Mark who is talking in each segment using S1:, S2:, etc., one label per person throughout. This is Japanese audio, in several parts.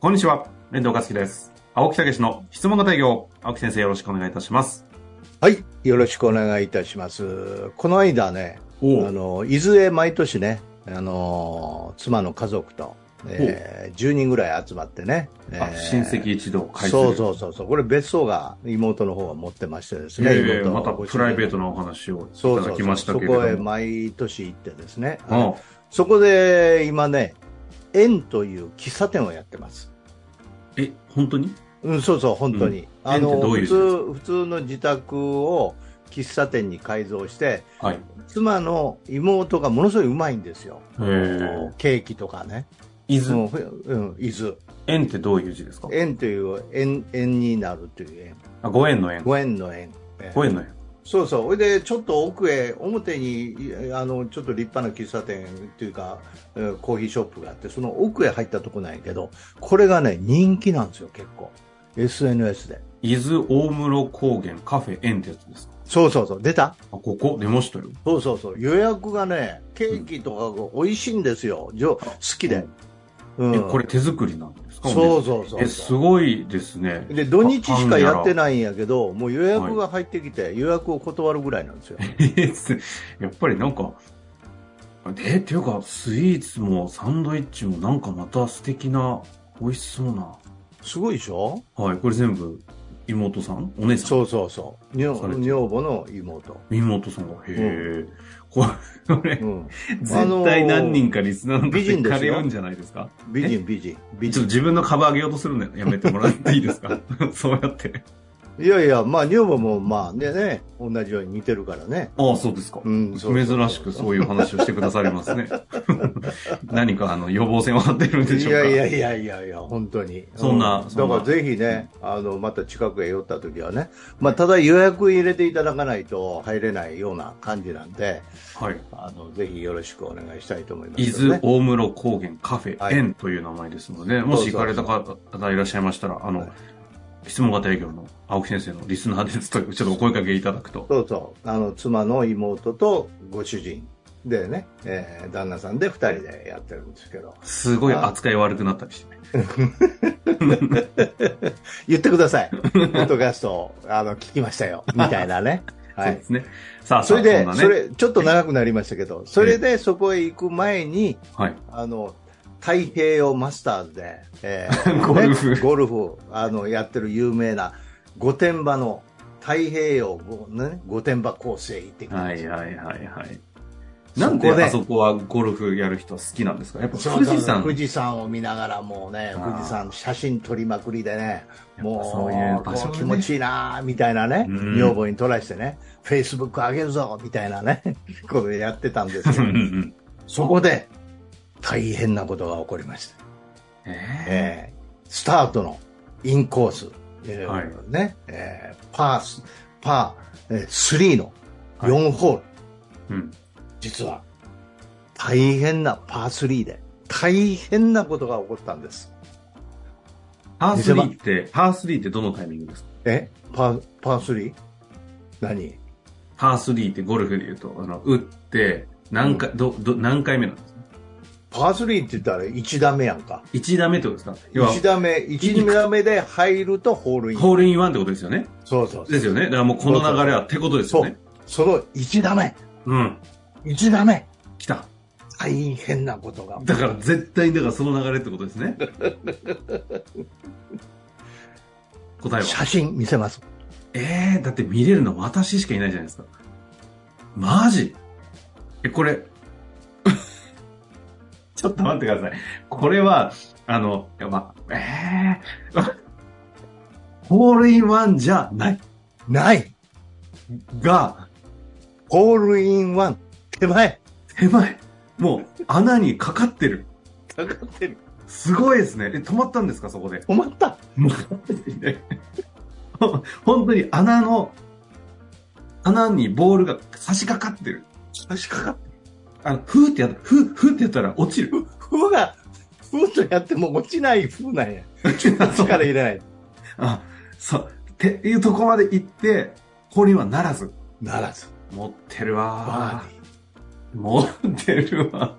S1: こんにちは、遠藤和樹です。青木武の質問型営業、青木先生よろしくお願いいたします。
S2: はい、よろしくお願いいたします。この間ね、
S1: お
S2: あの伊豆へ毎年ね、あの妻の家族と、えー10人ぐらい集まってね、え
S1: あ
S2: ー
S1: 親戚一同会
S2: そう
S1: う
S2: そうそうそう、これ別荘が妹の方が持ってましてですね、
S1: ええ
S2: 妹
S1: また
S2: ご主人
S1: プライベートなお話をい
S2: そう
S1: た
S2: そ
S1: だ
S2: う
S1: き
S2: そう
S1: ました
S2: そ
S1: けれども。
S2: こへ毎年行ってですね、
S1: うん
S2: そこで今ね、縁という喫茶店をやってます。
S1: え、本当に
S2: うん、そうそう、本当に。あ
S1: 縁ってど
S2: の
S1: ういう字で
S2: 普
S1: す
S2: 通普通の自宅を喫茶店に改造して、
S1: はい。
S2: 妻の妹がものすごいうまいんですよ、
S1: えー、
S2: ケーキとかね、
S1: 伊
S2: う
S1: 豆、
S2: んふうん、伊豆、
S1: 縁ってどういう字ですか
S2: 縁という縁縁になるという縁、
S1: あ、ご縁の縁。
S2: ご縁の縁、え
S1: ご縁の縁。
S2: そうそう、それでちょっと奥へ、表にいあのちょっと立派な喫茶店というか、えーコーヒーショップがあって、その奥へ入ったとこなんやけど、これがね、人気なんですよ、結構、SNS で。
S1: 伊豆大室高原カフェ縁ってやつですか
S2: そうそうそう、出た
S1: あ、ここ出ましたよ。
S2: そうそうそう、予約がね、ケーキとかが美味しいんですよ、じょ好きで。う
S1: え、これ手作りなんですか
S2: そうそうそう
S1: え、すごいですね。
S2: で土日しかやって
S1: い。
S2: ないんやけど、もう予約が入ってきて、予約を断るぐらいなんですよ。
S1: やっぱりなんか、え、っていうか、スイーツもサンドイッチもなんかまた素敵な、美味しそうな。
S2: すごいでしょ
S1: はい、これ全部、妹さんお姉さん
S2: そうそうそう。女
S1: それ
S2: 女房の妹。
S1: 妹さんが、へえ、これ
S2: う、ん、
S1: 絶対何人かリスナーの
S2: 美
S1: 方
S2: 人ですよ
S1: 借りるんじゃないですか
S2: 美人、美人、美
S1: ちょっと
S2: 人。
S1: 自分の株上げようとするんでやめてもらっていいです かそうやって。
S2: いやいや、まあ、女房もまあねね、同じように似てるからね。
S1: ああ、そうですか。
S2: うん、そうそう
S1: 珍しくそういう話をしてくださりますね。 何かあの予防線を張ってるんでしょう
S2: い
S1: か
S2: やいやいやいやいや、本当に。
S1: そんな
S2: う
S1: そんな
S2: だからぜひね、あの、また近くへ寄った時はね、まあ、ただ予約入れていただかないと入れないような感じなんで、
S1: はい。
S2: あの、ぜひよろしくお願いしたいと思います、ね。
S1: 伊豆大室高原カフ
S2: は
S1: ェ
S2: い
S1: 園という名前ですので、もし行かれた方がいらっしゃいましたら、あの、
S2: はい
S1: 質問型営業の青木先生のリスナーですという、ちょっとお声掛けいただく と。
S2: そうそう。あの、妻の妹とご主人でね、えー旦那さんで二人でやってるんですけど。
S1: すごい扱い悪くなったりしてね。
S2: 言ってくださ い。ポッドキャストを、あの、聞きましたよ。みたいなね。
S1: そう
S2: はい
S1: で。すね。さあ、
S2: それで、
S1: んなね
S2: それ、ちょっと長くなりましたけど、それでそこへ行く前に、
S1: はい。
S2: あの、太平洋マスターズで、え ー
S1: ゴルフ
S2: ねゴルフ、あの、やってる有名な御殿場の太平洋ご、ね、御殿場コースへ行ってきたん
S1: は
S2: です
S1: い
S2: よ
S1: はいはいはい。なんで
S2: そこで
S1: あそこはゴルフやる人は好きなんですかやっぱ
S2: そう
S1: 富
S2: そう
S1: 士山。
S2: 富士山を見ながらもうね、
S1: あー
S2: 富士山写真撮りまくりでね、
S1: ぱ
S2: もう
S1: そういう場所ね
S2: こう気持ちいいなーみたいなね、
S1: うん
S2: 女房に撮らしてね、フェイスブック上げるぞみたいなね、 ことやってたんです
S1: う
S2: よ
S1: んう。ん
S2: そこで、大変なことが起こりました。
S1: え
S2: えースタートのインコース、えー
S1: はい
S2: ね、えーパース、パー、えー3の4ホール、
S1: ーうん
S2: 実は、大変なパー3で、大変なことが起こったんです。
S1: パー
S2: 見せ場
S1: 3って、パー3ってどのタイミングですか
S2: えパー、パー 3? 何
S1: パー3ってゴルフで言うと、あの、打って、何回、ど、ど、何回目なんですか
S2: パー3って言ったら1打目やんか。
S1: ?1 打目ってことですか要は
S2: 1、打目、1打目で入るとホールイン。
S1: ホールインワンってことですよね
S2: そうそうそ
S1: で
S2: う。
S1: すよねだからもうこの流れはってことですよ
S2: そ
S1: ね
S2: う。その1打目、
S1: うん。
S2: 1打目、
S1: 来た。
S2: 大変なことが。
S1: だから絶対、だからその流れってことですね。 答えは。
S2: 写真見せます。
S1: ええー、だって見れるの私しかいないじゃないですか。マジえ、これ、 ちょっと待ってください。これは、あの、やば、ええー、 ホールインワンじゃない。
S2: ない
S1: が、
S2: ホールインワン、手前
S1: 手前。もう、穴にかかってる。
S2: かかってる。
S1: すごいですね。え、止まったんですか、そこで。
S2: 止まった
S1: もう、 本当に穴の、穴にボールが差し掛かってる。
S2: 差し掛かっ
S1: あの、ふーってやった、ふー、ふーってやったら落ちる。
S2: た。ふが、ふとやっても落ちないふなんや。 力入れない。
S1: あ、そう。っていうとこまで行って、ホールインワンならず。
S2: ならず。
S1: 持ってる
S2: バ
S1: わ
S2: ーディ
S1: ー。
S2: ー。
S1: 持ってるわ。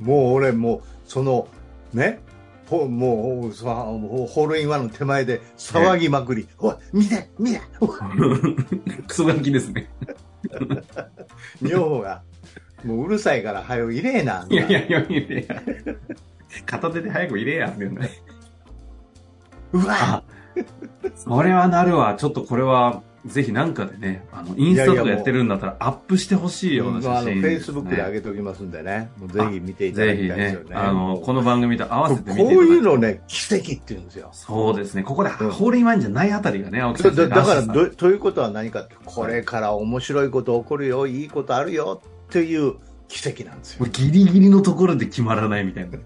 S2: もう俺もうそのねほもうさもうホールインワンの手前で騒ぎまくり、おい、見て、見て、おい
S1: クソガキですね。
S2: 女房が、もううるさいから、はよ入れえな。
S1: いやいやいやいやいや。片手で早く入れやって言うんだ
S2: うわ
S1: あ、それはなるわ。ちょっとこれは、ぜひなんかでね、あの、インスタとかやってるんだったらアップしてほしいような
S2: もうあ
S1: 写
S2: のフ
S1: 真
S2: ェイ
S1: で
S2: ス
S1: す
S2: ブ
S1: ね、
S2: ックで上げておきますんでね、もうぜひ見ていただ
S1: ぜ
S2: きた
S1: ひ
S2: いです
S1: ね
S2: よね。、
S1: あの、この
S2: こ
S1: 番組と合わせて
S2: う
S1: 見ていただ
S2: いう
S1: き
S2: のね、奇跡って言うんですよ。
S1: そうですね。ここで、
S2: うん
S1: ホールインワンじゃないあたりがね、青木
S2: だ
S1: 先生
S2: だ
S1: の
S2: だか
S1: ら
S2: らど、ということは何かって、これから面白いこと起こるよ、いいことあるよっていう奇跡なんですよ。
S1: もうギリギリのところで決まらないみたいな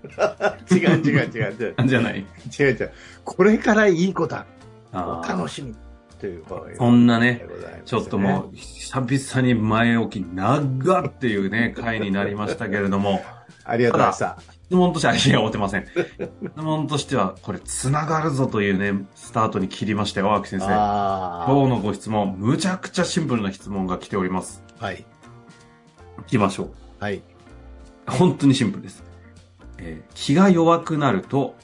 S2: 違う違う違う違う。
S1: 感じじゃない
S2: 違う違う。これからいいことある。
S1: あー
S2: 楽しみ。というこういう
S1: そんなね
S2: ことでございますね
S1: ちょっともう、久々に前置き長っていうね、回になりましたけれども、
S2: ありがとうございました。
S1: 質問としては、いや、追ってません。質問としては、これ、つながるぞというね、スタートに切りましたよ、青木先生。
S2: あ
S1: 今日のご質問、むちゃくちゃシンプルな質問が来ております。
S2: あ。はい。
S1: 行きましょう。
S2: はい。
S1: 本当にシンプルです。えー気が弱くなると、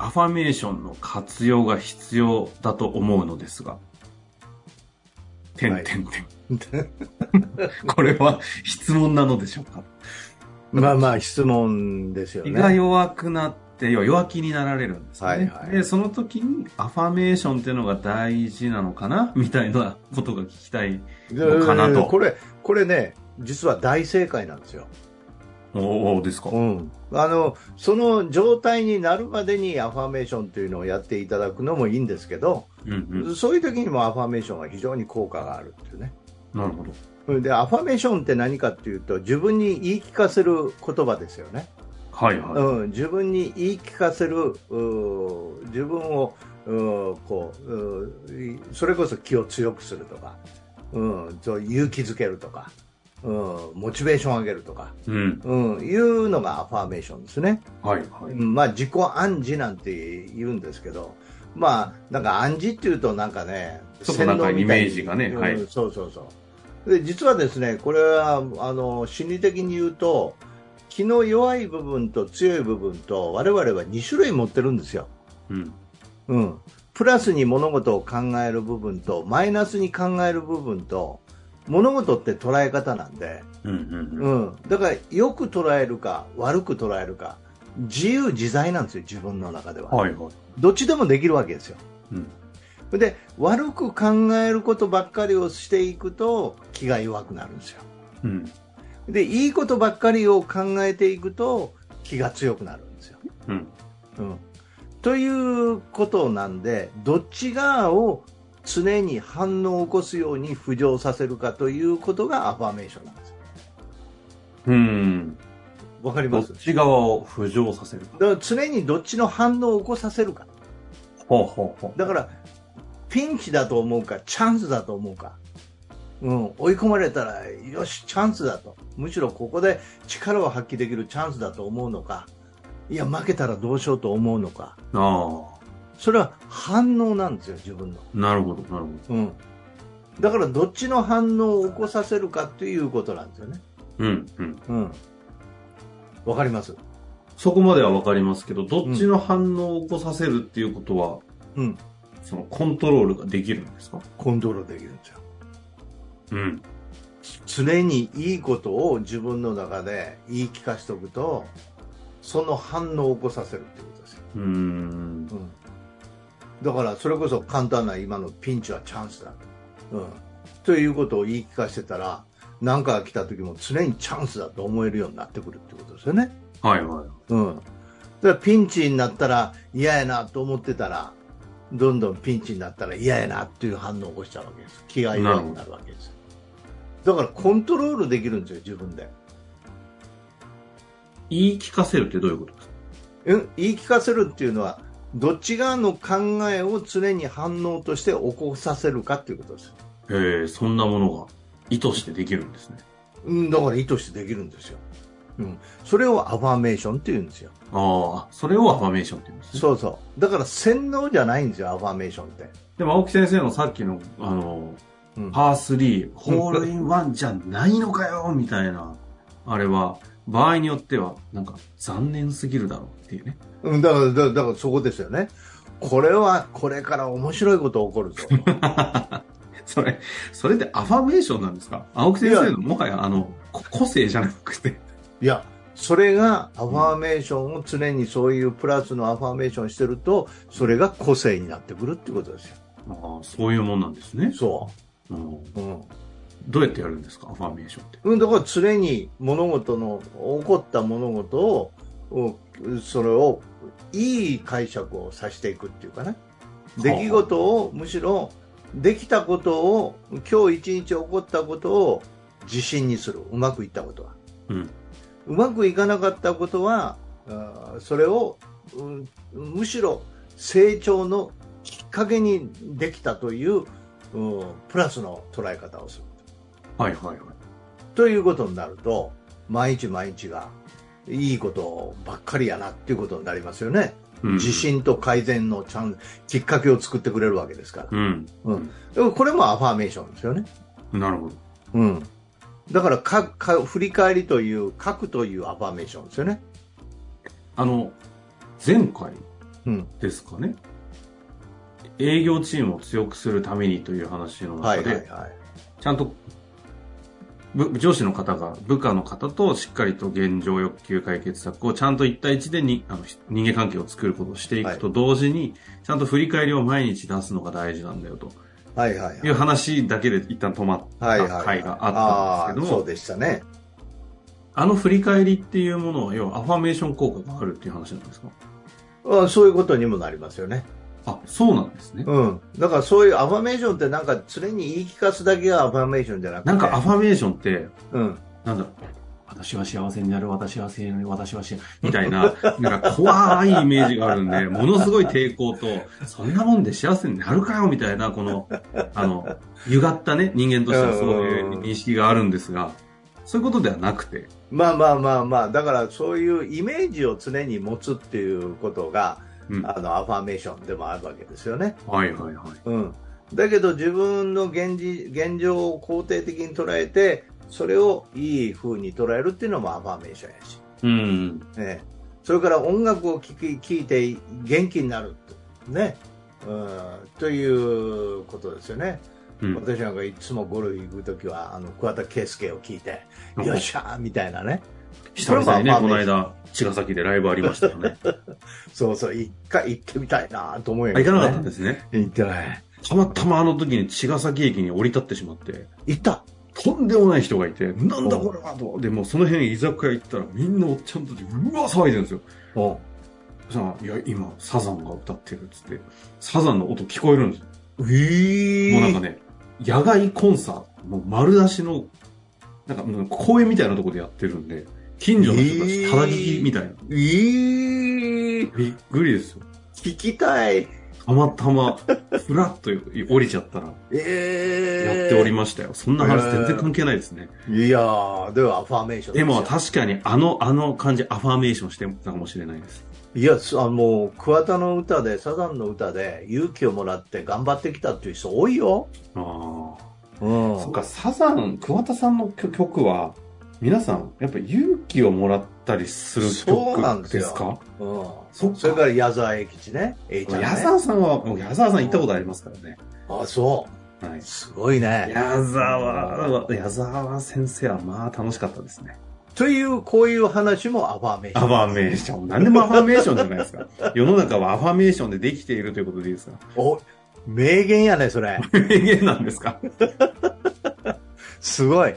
S1: アファメーションの活用が必要だと思うのですが、てんてんてん。 これは質問なのでしょうか
S2: まあまあ、質問ですよ
S1: 気が
S2: ね。
S1: 弱くなって、要は弱気になられるんですね。
S2: はいはい
S1: で、その時にアファメーションっていうのが大事なのかなみたいなことが聞きたい。のかなと
S2: これ、これね、実は大正解なんですよ。
S1: おーですか。
S2: うん。あの、その状態になるまでにアファメーションというのをやっていただくのもいいんですけど、
S1: うんうん。
S2: そういう時にもアファメーションは非常に効果があるっていうね。
S1: なるほど。
S2: それで、アファメーションって何かっていうと、自分に言い聞かせる言葉ですよね。
S1: はいはい。
S2: うん、自分に言い聞かせる、うー自分をうーこううーいそれこそ気を強くするとか、うん、そう勇気づけるとか、うん、モチベーションを上げるとか、
S1: うん。
S2: うん、いうのがアファーメーションですね、
S1: はいは
S2: う
S1: い。
S2: んまあ、自己暗示なんて言うんですけど、まあ、なんか暗示っていうとなんかね
S1: ちょっとなんか
S2: 洗脳みたい
S1: イ
S2: に
S1: メージがねはい
S2: うんそうそうそうで実はですねこれはあの心理的に言うと気の弱い部分と強い部分と我々は2種類持ってるんですよ、
S1: うん。
S2: うん、プラスに物事を考える部分とマイナスに考える部分と物事って捉え方なんで、
S1: うんうんうん。
S2: うん、だからよく捉えるか悪く捉えるか自由自在なんですよ自分の中では、
S1: はいはい。
S2: どっちでもできるわけですよ
S1: うん。
S2: で悪く考えることばっかりをしていくと気が弱くなるんですよ
S1: うん。
S2: でいいことばっかりを考えていくと気が強くなるんですよ、
S1: うん。
S2: うん、ということなんでどっち側を常に反応を起こすように浮上させるかということがアファメーションなんですよ
S1: うん。
S2: わかり
S1: ど
S2: ま
S1: っ
S2: す
S1: ち側を浮上させるか。
S2: だから常にどっちの反応を起こさせるか
S1: ほうほうほ
S2: だからピンチだと思うかチャンスだと思うか、うん、追い込まれたらよしチャンスだとむしろここで力を発揮できるチャンスだと思うのかいや負けたらどうしようと思うのか
S1: う。あ
S2: それは反応なんですよ自分の、
S1: あ。なるほど、なるほ
S2: うん、だからどっちの反応を起こさせるかということなんですよね
S1: ど。うん、うん。
S2: うんわかります、
S1: そこまではわかりますけど、どっちの反応を起こさせるっていうことは、
S2: うん、
S1: そのコントロールができるんですか
S2: コントロールできるんですよ
S1: うん。
S2: 常にいいことを自分の中で言い聞かしておくとその反応を起こさせるってことですよ、
S1: うーん。
S2: うん、だからそれこそ簡単な今のピンチはチャンスだと,、うん、ということを言い聞かしてたら何かが来た時も常にチャンスだと思えるようになってくるってことですよね、
S1: はいはい。
S2: うん、だからピンチになったら嫌やなと思ってたらどんどんピンチになったら嫌やなっていう反応を起こしちゃうわけです気が弱くなるわけですだからコントロールできるんですよ自分で。
S1: 言い聞かせるってどういうことですか
S2: うん言い聞かせるっていうのはどっち側の考えを常に反応として起こさせるかっていうことです、
S1: へえ、そんなものが意図してできるんですね。
S2: うん、だから意図してできるんですよ、うん、それをアファメーションって言うんですよ
S1: ああ、それをアファメーションって言うんですね。
S2: そうそうだから洗脳じゃないんですよアファメーションって、
S1: でも、青木先生のさっきの、あの、
S2: うん
S1: パー3、ホールインワンじゃないのかよみたいな、あれは、場合によっては、なんか、残念すぎるだろうっていうね。
S2: うんだから、だからだからそこですよね。これは、これから面白いこと起こるぞ。
S1: それ、それってアファメーションなんですか青木先生のもはや、あの、こ個性じゃなくて。
S2: いや、それがアファーメーションを常にそういうプラスのアファーメーションしてると、それが個性になってくるってことですよ。
S1: ああ、そういうもんなんですね。
S2: そ
S1: うん
S2: う。うん。
S1: どうやってやるんですかアファメーションって。
S2: うん、だから常に物事の、起こった物事を、うんそれを、いい解釈をさせていくっていうかね。出来事を、むしろ、できたことを、今日一日起こったことを自信にする。うまくいったことは。
S1: うん。
S2: うまくいかなかったことは、あーそれを、うんむしろ成長のきっかけにできたという、うんプラスの捉え方をする。
S1: はいはいはい。
S2: ということになると、毎日毎日がいいことばっかりやなっていうことになりますよね。
S1: うん
S2: 自。信と改善のちゃんきっかけを作ってくれるわけですから。
S1: うん。
S2: うん、でもこれもアファーメーションですよね。
S1: なるほど。
S2: うん、だからかか、振り返りという、書くというアファーメーションですよね。
S1: あの、前回
S2: うん
S1: ですかね。営業チームを強くするためにという話の
S2: は
S1: 中
S2: い
S1: で、
S2: はいはい。
S1: ちゃんと、ぶ上司の方が部下の方としっかりと現状欲求解決策をちゃんと一対一でにあのひ人間関係を作ることをしていくと同時に、ちゃんと振り返りを毎日出すのが大事なんだよと
S2: はいはいはい
S1: いう話だけで一旦止まった
S2: はいはいはい
S1: 回があったんですけども、
S2: あーそうでしたね。
S1: あの振り返りっていうものは、要はアファメーション効果があるっていう話なんですか
S2: あそういうことにもなりますよね。
S1: あ、そうなんですね。
S2: うん。だからそういうアファメーションってなんか常に言い聞かすだけがアファメーションじゃなくて。
S1: なんかアファメーションって、
S2: うん。
S1: なんだろう。私は幸せになる、私は幸せになる、私は幸せみたいな、なんか怖いイメージがある んで、ものすごい抵抗と、そんなもんで幸せになるかよみたいな、この、あの、歪ったね、人間としてはそういう認識があるんですが、そういうことではなくて、
S2: まあまあまあまあ、だからそういうイメージを常に持つっていうことが、
S1: うん。は
S2: あの、アファメーションでもあるわけですよね。
S1: いはいはい。
S2: うん。だけど自分の現実現状を肯定的に捉えて、それをいい風に捉えるっていうのもアファメーションやし。
S1: うん。
S2: ね、それから音楽を聴き聴いて元気になると,、ねうん、ということですよね、
S1: うん。
S2: 私なんかいつもゴルフ行く時はあの桑田佳祐を聴いて、よっしゃーみたいなね
S1: 久々にね、
S2: こ
S1: こ
S2: れ
S1: の
S2: はアファメーシ
S1: 間、茅
S2: ョン
S1: ヶ崎でライブありましたよね。
S2: そうそう一回行ってみたいなと思うよ、
S1: あ、
S2: ね、
S1: 行かなかったんですね。
S2: 行ってない
S1: たまたまあの時に茅ヶ崎駅に降り立ってしまって、
S2: 行った
S1: とんでもない人がいて、なんだこれはと。で、もうその辺居酒屋行ったらみんなおっちゃんたち、うわ、騒いでるんですよ。
S2: うん
S1: さあ、いや、今、サザンが歌ってるっつって、サザンの音聞こえるんですよ。
S2: えー、
S1: もうなんかね、野外コンサート、もう丸出しの、なんかもう公園みたいなとこでやってるんで、近所の人た
S2: え
S1: ち、
S2: ー
S1: ただ聞きみたいな。
S2: えー、
S1: びっくりですよ。
S2: 聞きたい
S1: たまた ま、ふらっと降りちゃったら、
S2: えー、
S1: やっておりましたよ。そんな話全然関係ないですね。
S2: いやーではアファーメーションす
S1: で
S2: よ
S1: も確かにあの、あの感じ、アファーメーションしてたかもしれないです。
S2: いや、すあの、桑田の歌で、サザンの歌で、勇気をもらって頑張ってきたっていう人多いよ。
S1: ああ。
S2: うん
S1: そっか、サザン、桑田さんの曲曲は、皆さん、やっぱ勇気をもらったりする
S2: そうなん
S1: 曲
S2: です
S1: で
S2: よ
S1: すか
S2: うん。
S1: そっか
S2: それから矢沢永吉ね。A ちゃん、ね。
S1: 矢沢さんは、もう矢沢さん行ったことありますからね。
S2: あ、そ
S1: は
S2: う。
S1: い。
S2: すごいね。
S1: 矢沢、矢沢先生はまあ楽しかったですね。
S2: という、こういう話もアファーメーション。
S1: アファーメーション。何でもアファーメーションじゃないですか。世の中はアファーメーションでできているということでいいですか
S2: お、名言やね、それ。
S1: 名言なんですか
S2: すごい。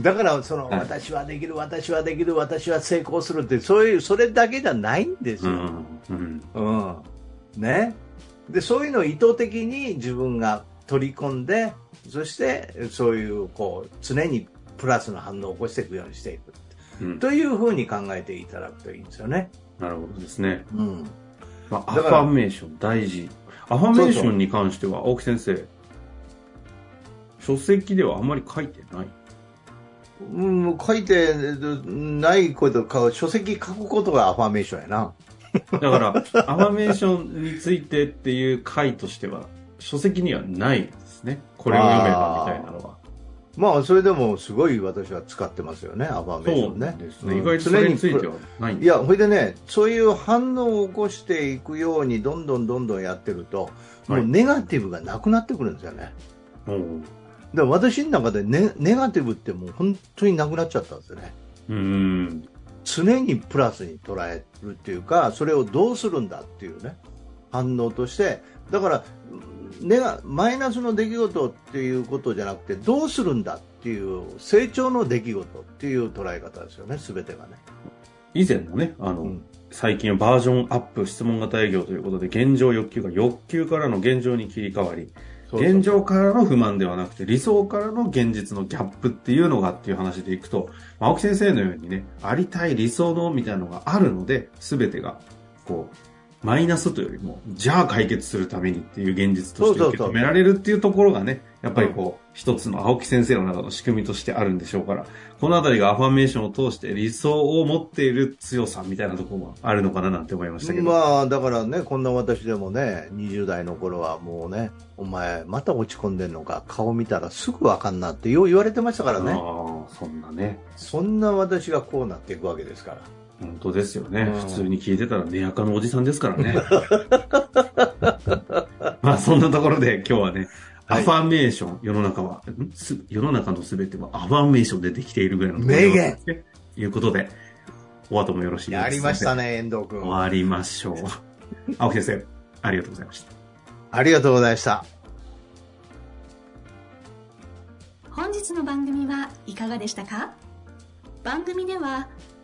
S2: だから、その、
S1: はい
S2: 私はできる、私はできる、私は成功するって、そういう、それだけじゃないんです
S1: う
S2: よ。
S1: ん。うん。
S2: うん。ね。で、そういうのを意図的に自分が取り込んで、そして、そういう、こう、常にプラスの反応を起こしていくようにしていく。
S1: うん
S2: というふうに考えていただくといいんですよね。
S1: なるほどですね。
S2: うん。
S1: まあ、アフ
S2: だから
S1: ァメーション大事。アファメーションに関しては、青木先生、書籍ではあんまり書いてない。
S2: うん、書いてないことか、書籍書くことがアファメーションやな。
S1: だ から、アファメーションについてっていう回としては、書籍にはないですね。これを読めばみたいなのは。
S2: まあ、それでもすごい私は使ってますよね、アファメーシ
S1: そ
S2: ョ
S1: う
S2: ンね。
S1: です
S2: う
S1: ね。
S2: ん
S1: 意外とそれについてはないん
S2: い
S1: です
S2: や、ほいでね、そういう反応を起こしていくように、どんどんどんどんやってると、も
S1: は
S2: う
S1: い
S2: ネガティブがなくなってくるんですよね。
S1: おう
S2: で私の中でネネガティブってもう本当になくなっちゃったんですよね。
S1: うん。
S2: 常にプラスに捉えるっていうか、それをどうするんだっていうね、反応として、だから、ネガマイナスの出来事っていうことじゃなくて、どうするんだっていう、成長の出来事っていう捉え方ですよね、すべてがね。
S1: 以前のね、あの、
S2: うん
S1: 最近はバージョンアップ質問型営業ということで、現状欲求が欲求からの現状に切り替わり、現状からの不満ではなくて、理想からの現実のギャップっていうのがっていう話でいくと、まあ青木先生のようにね、ありたい理想のみたいなのがあるので、すべてが、こう、マイナスというよりも、じゃあ解決するためにっていう現実として
S2: そ
S1: 受
S2: うそう
S1: け
S2: そう
S1: 止められるっていうところがね、やっぱりこう、一つの青木先生の中の仕組みとしてあるんでしょうから、このあたりがアファメーションを通して理想を持っている強さみたいなところもあるのかななんて思いましたけど。
S2: まあだからね、こんな私でもね、20代の頃はもうね、お前、また落ち込んでんのか、顔見たらすぐわかんなってよう言われてましたからね、
S1: ああ、そんなね。
S2: そんな私がこうなっていくわけですから。
S1: 本当ですよね、
S2: うん
S1: 普通に聞いてたら寝やかのおじさんですからね まあそんなところで今日はね
S2: は
S1: ア
S2: い
S1: ファメーション、世の中はんす世の中の全てはアファメーションでできているぐらいの
S2: 名言
S1: ということでお後もよろしいです
S2: やりました
S1: ね
S2: ね、遠藤君
S1: 終。わりましょう青木先生ありがとうございました
S2: ありがとうございました。
S3: 本日の番組はいかがでしたか番組では